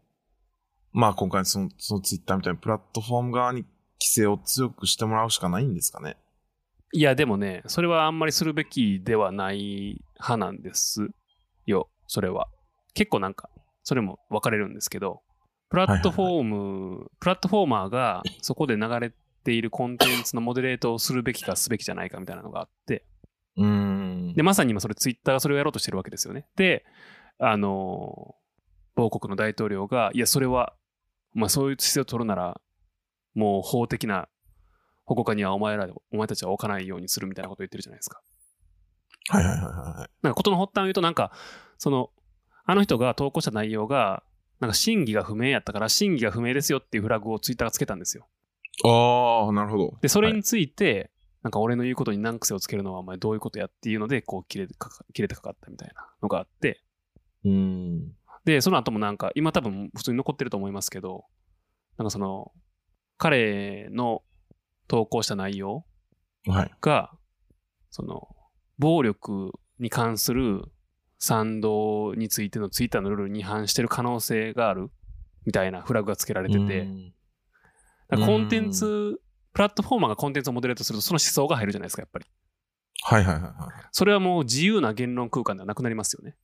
C: まあ今回その、そのツイッターみたいなプラットフォーム側に規制を強くしてもらうしかないんですかね。
B: いやでもね、それはあんまりするべきではない派なんですよ。それは。結構なんか、それも分かれるんですけど、プラットフォーム、プラットフォーマーがそこで流れているコンテンツのモデレートをするべきかすべきじゃないかみたいなのがあって、
C: うーん。
B: で、まさに今それツイッターがそれをやろうとしてるわけですよね。で、あのー、某国の大統領が、いや、それは、まあそういう姿勢を取るなら、もう法的な保護下にはお前ら、お前たちは置かないようにするみたいなことを言ってるじゃないですか。
C: はいはいはいはいはい。
B: なんかことの発端を言うと、なんか、その、あの人が投稿した内容が、なんか真偽が不明やったから、真偽が不明ですよっていうフラグをツイッターがつけたんですよ。
C: あああ、なるほど。
B: で、それ
C: はい
B: について、なんか俺の言うことに難癖をつけるのはお前どういうことやっていうので、こう切れてかか、切れてかかったみたいなのがあって、
C: うーん。
B: で、その後もなんか、今多分普通に残ってると思いますけど、なんかその、彼の投稿した内容
C: はい。
B: が、その、暴力に関する賛同についてのツイッターのルールに違反してる可能性があるみたいなフラグがつけられてて、だからコンテンツ、プラットフォーマーがコンテンツをモデレートするとその思想が入るじゃないですか、やっぱり。
C: はいはいはいはい。
B: それはもう自由な言論空間ではなくなりますよね。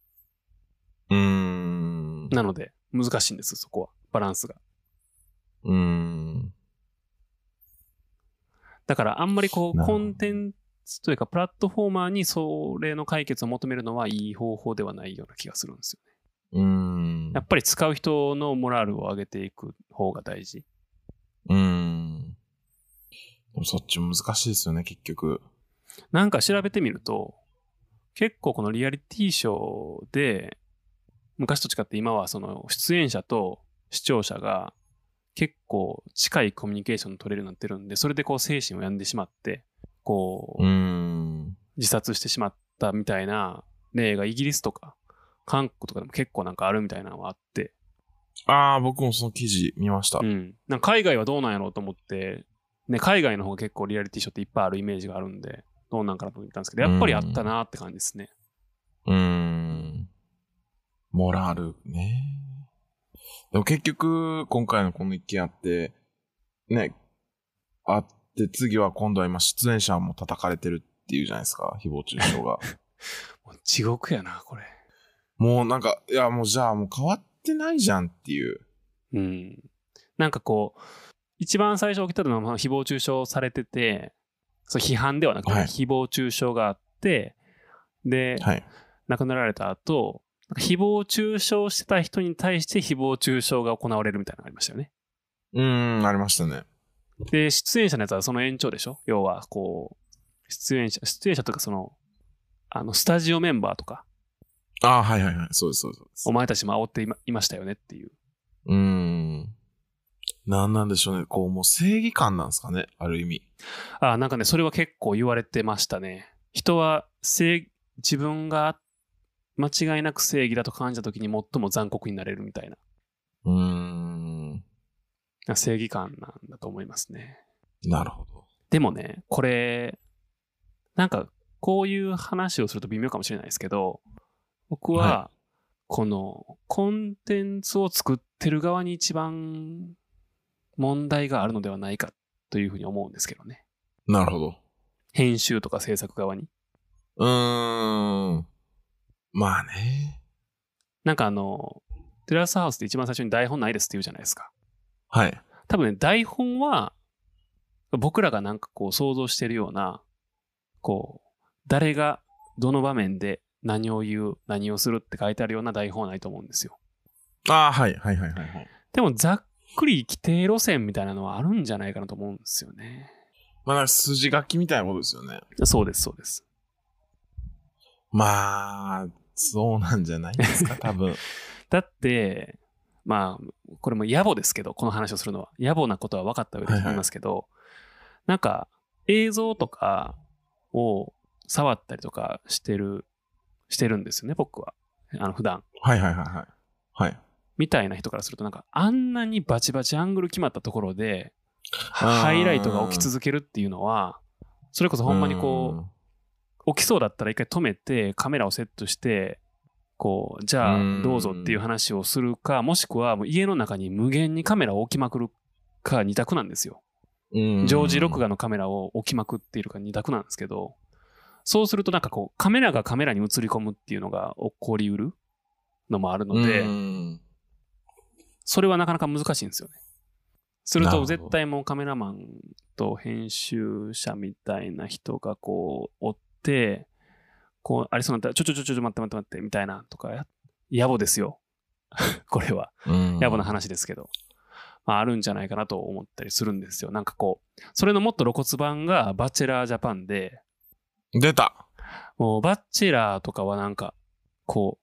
C: うーん。
B: なので、難しいんです、そこは。バランスが。
C: うーん。
B: だから、あんまりこう、
C: なる
B: コ
C: ほど
B: ンテンツというか、プラットフォーマーにそれの解決を求めるのはいい方法ではないような気がするんですよね。
C: うーん。
B: やっぱり使う人のモラルを上げていく方が大事。
C: うーん。でもそっち難しいですよね、結局。
B: なんか調べてみると、結構このリアリティショーで、昔と違って今はその出演者と視聴者が結構近いコミュニケーションを取れるようになってるんで、それでこう精神を病んでしまって、こ
C: う
B: う
C: ーん。
B: 自殺してしまったみたいな例がイギリスとか韓国とかでも結構なんかあるみたいなのはあって、
C: ああ、僕もその記事見ました。
B: うん。なんか海外はどうなんやろうと思って、ね、海外の方が結構リアリティショーっていっぱいあるイメージがあるんで、どうなんかなと思ったんですけど、やっぱりあったなーって感じですね。
C: うーん。モラルね。でも結局、今回のこの一件あって、ね、あって、次は今度は今、出演者も叩かれてるっていうじゃないですか、誹謗中傷 が。
B: もう地獄やな、これ。
C: もうなんか、いや、もうじゃあもう変わってないじゃんっていう。
B: うん。なんかこう、一番最初起きたのはまあ誹謗中傷されてて、そう批判ではなくて、
C: はい
B: 誹謗中傷があって、で、
C: はい。
B: 亡くなられた後、なんか誹謗中傷してた人に対して誹謗中傷が行われるみたいなのがありましたよね。
C: うーん、ありましたね。
B: で、出演者のやつはその延長でしょ要は、こう、出演者、出演者というかその、あの、スタジオメンバーとか、
C: ああ、はいはいはい。そうです、そうですそうです。
B: お前たちも煽っていまいましたよねっていう。
C: うーん。なんなんでしょうね。こう、もう正義感なんですかね、ある意味。
B: あーなんかね、それは結構言われてましたね。人は正自分が間違いなく正義だと感じた時に最も残酷になれるみたいな
C: うーん。
B: あ正義感なんだと思いますね。
C: なるほど。
B: でもね、これ、なんかこういう話をすると微妙かもしれないですけど、僕は
C: は
B: このコンテンツを作ってる側に一番問題があるのではないかというふうに思うんですけどね。
C: なるほど。
B: 編集とか制作側に。
C: うーん。まあね。
B: なんかあの、テラスハウスで一番最初に台本ないですって言うじゃないですか。
C: はい。
B: 多分ね、台本は、僕らがなんかこう想像してるような、こう、誰がどの場面で何を言う、何をするって書いてあるような台本はないと思うんですよ。
C: ああ、はい、はい、はい、はい。はい
B: でもざっくり規定路線みたいなのはあるんじゃないかなと思うんですよね。
C: まあ、なんか筋書きみたいなことですよね。
B: そうです、そうです。
C: まあ、そうなんじゃないです か、多分。
B: だって、まあ、これも野暮ですけど、この話をするのは。野暮なことは分かった上で言いますけど、なんか映像とかを触ったりとかしてる、してるんですよね、僕は。あの、普段。
C: はい、はい、はい、はい。はい。
B: みたいな人からすると、なんか、あんなにバチバチアングル決まったところで、
C: あー
B: ハイライトが起き続けるっていうのは、それこそほんまにこう、起きそうだったら一回止めてカメラをセットしてこうじゃ
C: う
B: あ
C: ん
B: どうぞっていう話をするかもしくはもう家の中に無限にカメラを置きまくるか二択なんですよ。
C: うーん、
B: ジョージ・録画のカメラを置きまくっているか二択なんですけどそうするとなんかこうカメラがカメラに映り込むっていうのが起こりうるのもあるので。
C: うーん
B: それはなかなか難しいんですよね。する
C: なる
B: と
C: ほど
B: 絶対もうカメラマンと編集者みたいな人がこう追って、こうありそうになったら、ちょちょちょちょ待って待って待って みたいなとかや、野暮ですよ。これは。
C: うーん
B: 野暮な話ですけど。まあ、あるんじゃないかなと思ったりするんですよ。なんかこう、それのもっと露骨版がバチェラージャパンで、
C: 出た
B: もうバッチェラーとかはなんか、こう、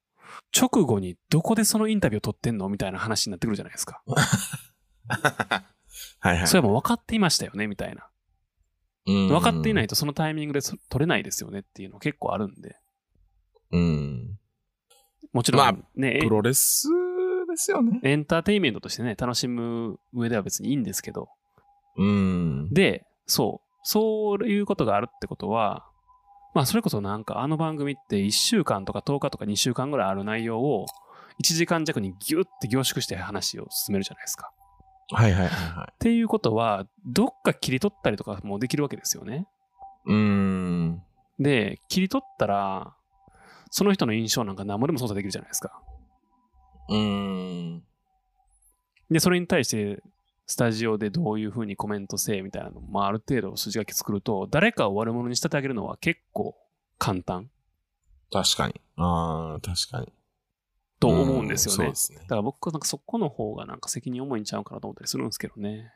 B: 直後にどこでそのインタビューを撮ってんのみたいな話になってくるじゃないですか。
C: はいはい。
B: それはもう分かっていましたよねみたいな。
C: うん
B: 分かっていない。とそのタイミングでそ取れないですよねっていうの結構あるんで。
C: うん。
B: もちろん、
C: まあ
B: ね、
C: プロレスですよね。
B: エンターテインメントとしてね、楽しむ上では別にいいんですけど。
C: うん。
B: で、そう。そういうことがあるってことは、まあ、それこそなんかあの番組って1週間とか10日とか2週間ぐらいある内容を1時間弱にギュッて凝縮して話を進めるじゃないですか。
C: はいはいはいは
B: っていうことは、どっか切り取ったりとかもできるわけですよね。
C: い。うん。
B: で、切り取ったら、その人の印象なんか何もでも操作できるじゃないですか。
C: うん。
B: で、それに対して、スタジオでどういうふうにコメントせえみたいなのも、まあ、ある程度筋書き作ると、誰かを悪者に仕立て上げるのは結構簡単
C: 確かに。ああ、確かに。
B: と思うんですよね。
C: そうですね
B: だ。から僕、なんかそこの方がなんか責任重いんちゃうかなと思ったりするんですけどね。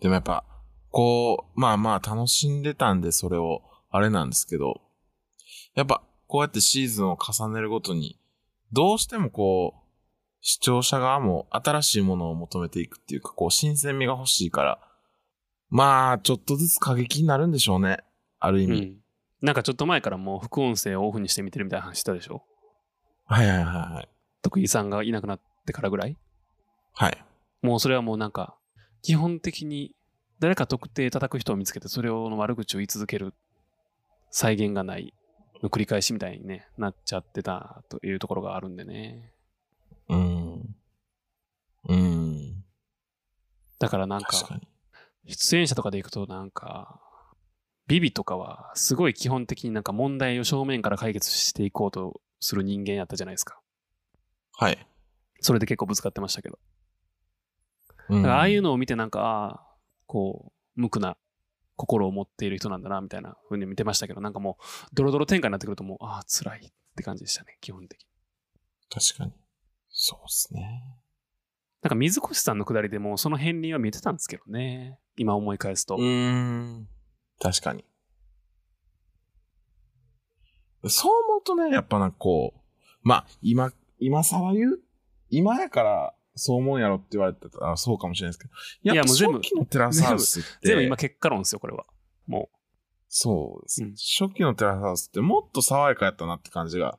C: でもやっぱ、こう、まあまあ楽しんでたんで、それを、あれなんですけど、やっぱ、こうやってシーズンを重ねるごとに、どうしてもこう、視聴者側も新しいものを求めていくっていうか、こう、新鮮味が欲しいから、まあ、ちょっとずつ過激になるんでしょうね。ある意
B: う
C: 味。
B: ん。なんかちょっと前からもう副音声をオフにしてみてるみたいな話したでしょ
C: はいはいはいはい。
B: 徳井さんがいなくなってからぐらい
C: はい。
B: もうそれはもうなんか、基本的に誰か特定叩く人を見つけて、それをの悪口を言い続ける、再現がない、の繰り返しみたいに、ね、なっちゃってたというところがあるんでね。
C: うん。うん。
B: だからなん
C: 確か
B: か、
C: に。
B: 出演者とかで行くとなんか、ビビとかはすごい基本的になんか問題を正面から解決していこうとする人間やったじゃないですか。
C: はい。
B: それで結構ぶつかってましたけど。
C: う
B: だ
C: ん
B: からああいうのを見てなんか、ああ、こう、無垢な心を持っている人なんだな、みたいな風に見てましたけど、なんかもう、ドロドロ展開になってくるともう、ああ、辛いって感じでしたね、基本的に。
C: 確かに。そうですね。
B: なんか水越さんの下りでもうその片鱗は見えてたんですけどね。今思い返すと。
C: ん。確かに。そう思うとね、やっぱなんかこう、まあ、今、今更言う今やから、そう思うんやろって言われてたら、そうかもしれないですけど。
B: い
C: や
B: や
C: っぱ
B: もう全部
C: 初期のテラスハウスって、
B: 全部今結果論ですよ、これは。も
C: そうです、
B: うん
C: 初期のテラスハウスってもっと爽やかやったなって感じが。
B: う。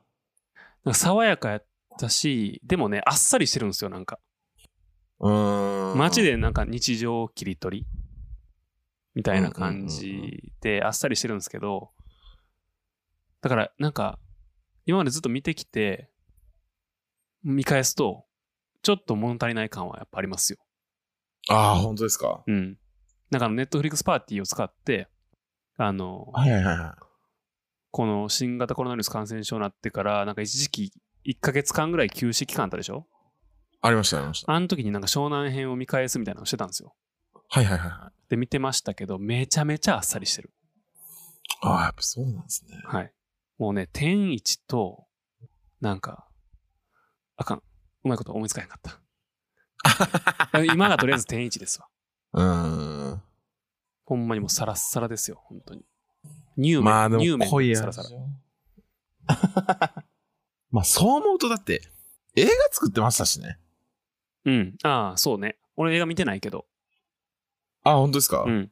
B: なんか爽やかやったし、でもね、あっさりしてるんですよ、なんか。
C: うーん。
B: 街。でなんか日常切り取りみたいな感じであっさりしてるんですけど、だからなんか今までずっと見てきて見返すとちょっと物足りない感はやっぱありますよ。
C: ああ、本当ですか。
B: うん。なんかネットフリックスパーティーを使って、あの、
C: はいはいはいはい。
B: この新型コロナウイルス感染症になってから、なんか一時期1ヶ月間ぐらい休止期間あったでしょ
C: ありましたありました。
B: あの時になんか湘南編を見返すみたいなのをしてたんですよ。
C: はいはいはいはい。
B: で見てましたけど、めちゃめちゃあっさりしてる。
C: ああ、やっぱそうなんですね。
B: はい。もうね、天一と、なんか、あかん。うまいこと思いつかへんか った。今がとりあえず天一ですわ。
C: うーん。
B: ほんまにもうサラッサラですよ、本当に。ニューメン、
C: まあで
B: ニュー
C: も
B: メン
C: 濃いや
B: サラ
C: つ
B: サラ。
C: まあそう思うとだって映画作ってましたしね。
B: うん。ああ、そうね。俺映画見てないけど。
C: あ、本当ですか、
B: うん。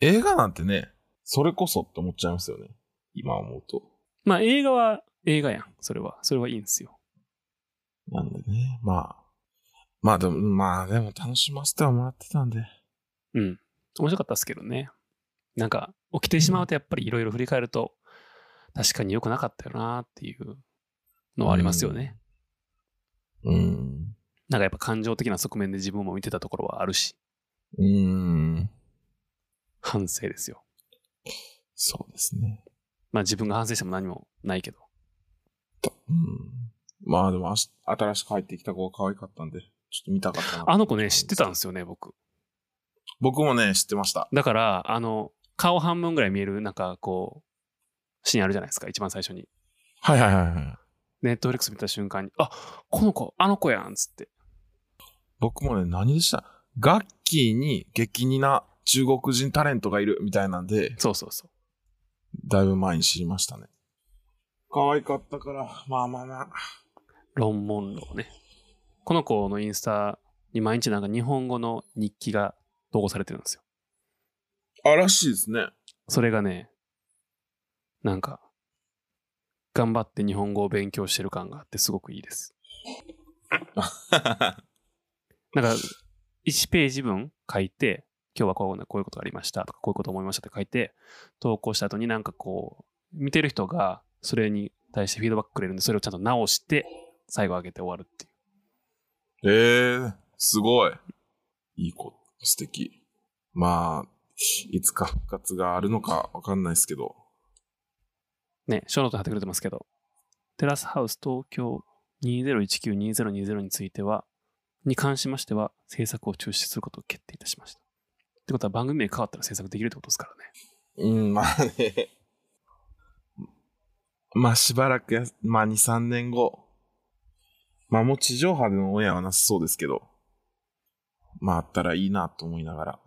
C: 映画なんてね、それこそって思っちゃいますよね。今思うと。
B: まあ映画は映画やん。それは。それはいいんですよ。
C: なんでね、まあ。まあでも、まあでも楽しませてはもらってたんで。
B: うん。面白かったですけどね。なんか、起きてしまうとやっぱりいろいろ振り返ると、確かに良くなかったよなっていうのはありますよね。
C: うん。
B: なんかやっぱ感情的な側面で自分も見てたところはあるし、
C: うん。
B: 反省ですよ。
C: そうですね。
B: まあ自分が反省しても何もないけど。
C: とうん。まあでもあし、新しく入ってきた子が可愛かったんで、ちょっと見たかったな。
B: あの子ね、知ってたんですよね、僕。
C: 僕もね、知ってました。
B: だから、あの、顔半分ぐらい見える、なんかこう、シーンあるじゃないですか、一番最初に。
C: はいはいはいはい。
B: ネットフリックス見た瞬間に、あこの子、あの子やんつって。
C: 僕もね、何でしたガッキーに激似な中国人タレントがいるみたいなんで、
B: そうそうそう。
C: だいぶ前に知りましたね。可愛かったから、まあまあまあ。
B: ロン・モンローね。この子のインスタに毎日なんか日本語の日記が投稿されてるんですよ。
C: あ、らしいですね。
B: それがね、なんか、頑張って日本語を勉強してる感があってすごくいいです。なんか、1ページ分書いて、今日はこうこういうことがありましたとか、こういうこと思いましたって書いて、投稿した後になんかこう、見てる人がそれに対してフィードバックくれるんで、それをちゃんと直して、最後上げて終わるっていう。
C: ええすごい。いい子、素敵。まあ、いつか復活があるのかわかんないですけど。
B: ね、ショーノートに貼ってくれてますけど、テラスハウス東京2019-2020については、に関しましては、制作を中止することを決定いたしました。ってことは番組名変わったら制作できるってことですからね。
C: うん、まあね。まあしばらくや、まあ2、3年後。まあもう地上波でのオンエアはなさそうですけど。まああったらいいなと思いながら。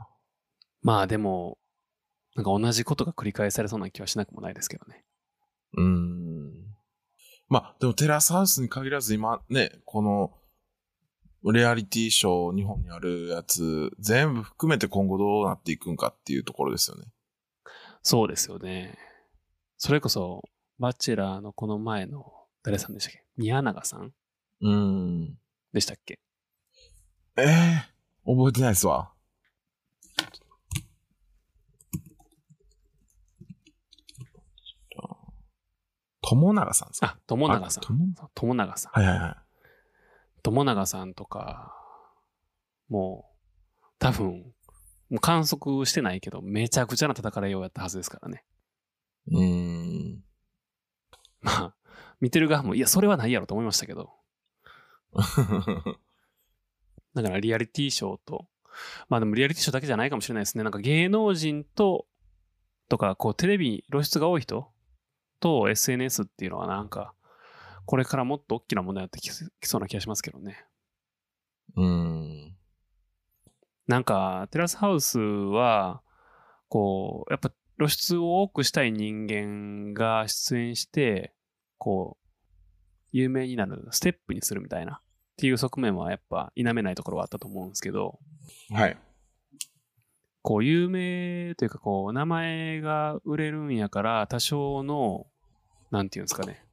B: まあでも、なんか同じことが繰り返されそうな気はしなくもないですけどね。
C: うーん。まあでもテラスハウスに限らず今ね、この、レアリティショー、日本にあるやつ、全部含めて今後どうなっていくんかっていうところですよね。
B: そうですよね。それこそ、バチェラーのこの前の、誰さんでしたっけ宮永さん
C: うーん。
B: でしたっけ
C: ええ覚えてないですわ。友永さんですか
B: あ、友永さ
C: あ
B: ん。
C: 友
B: 友永さん。
C: はいはいはい。
B: 友永さんとか、もう、多分、もう観測してないけど、めちゃくちゃな叩かれようやったはずですからね。
C: うーん。
B: まあ、見てる側も、いや、それはないやろと思いましたけど、だからリアリティショーと、まあでもリアリティショーだけじゃないかもしれないですね。なんか芸能人と、とか、こうテレビ露出が多い人と SNS っていうのはなんか、これからもっと大きな問題になってききそうな気がしますけどね。
C: うーん。
B: なんか、テラスハウスは、こう、やっぱ露出を多くしたい人間が出演して、こう、有名になるステップにするみたいな、っていう側面はやっぱ否めないところはあったと思うんですけど、
C: はい。
B: こう、有名というか、こう、名前が売れるんやから、多少の、なんていうんですかね、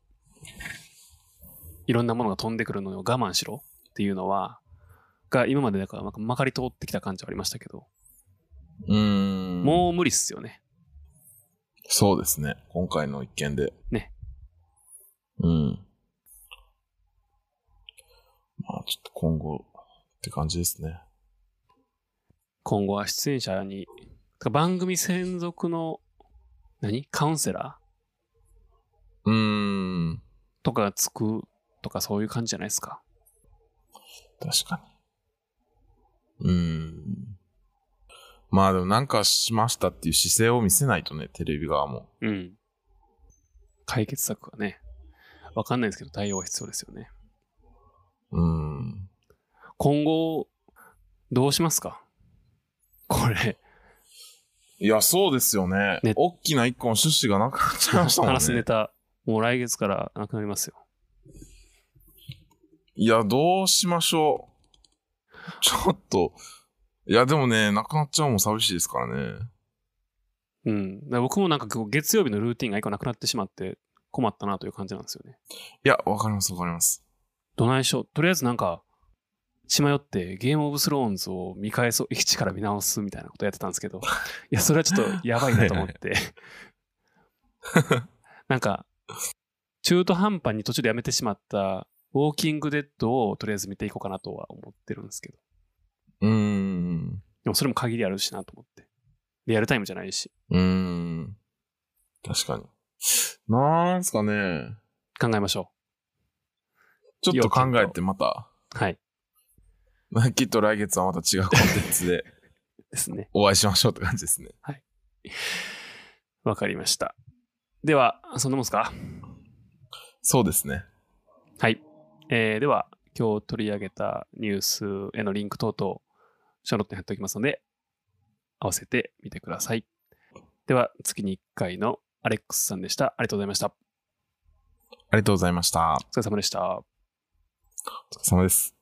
B: いろんなものが飛んでくるのを我慢しろっていうのは、が今までだから、なんかまかり通ってきた感じはありましたけど、
C: うーん。
B: もう無理っすよね。
C: そうですね。今回の一件で。
B: ね。
C: うん。まあ、ちょっと今後って感じですね。
B: 今後は出演者に、てか番組専属の、何カウンセラー
C: うーん。
B: とかがつくとかそういう感じじゃないですか。
C: 確かに。うーん。まあでもなんかしましたっていう姿勢を見せないとね、テレビ側も。
B: うん。解決策はね、わかんないですけど、対応は必要ですよね。
C: うーん。
B: 今後、どうしますかこれ、
C: いや、そうですよね。
B: ね
C: 大きな一個の趣旨がなくなっちゃいましたもんね。
B: 話すネタ、もう来月からなくなりますよ。
C: いや、どうしましょう。ちょっと、いや、でもね、なくなっちゃうのも寂しいですからね。
B: うん。だから僕もなんかこう月曜日のルーティンが一個なくなってしまって困ったなという感じなんですよね。
C: いや、わかります、わかります。
B: どないしょう。とりあえずなんか、血迷ってゲームオブスローンズを見返そう、一から見直すみたいなことやってたんですけど、いや、それはちょっとやばいなと思って。なんか、中途半端に途中でやめてしまった、ウォーキングデッドをとりあえず見ていこうかなとは思ってるんですけど。
C: うーん。
B: でもそれも限りあるしなと思って。リアルタイムじゃないし、
C: うーん。確かに。なんすかね。
B: 考えましょ
C: ちょっと考えてまた、
B: う。はい。
C: きっと来月はまた違うコンテンツで
B: ですね。
C: お会いしましょうって感じですね。
B: わかりました。では、そんなもんすか
C: そうですね。
B: はい。えーでは、今日取り上げたニュースへのリンク等々、ショーノットに貼っておきますので、合わせてみてください。では、月に1回のアレックスさんでした。ありがとうございました。
C: ありがとうございました。
B: お疲れ様でした。
C: お疲れ様です。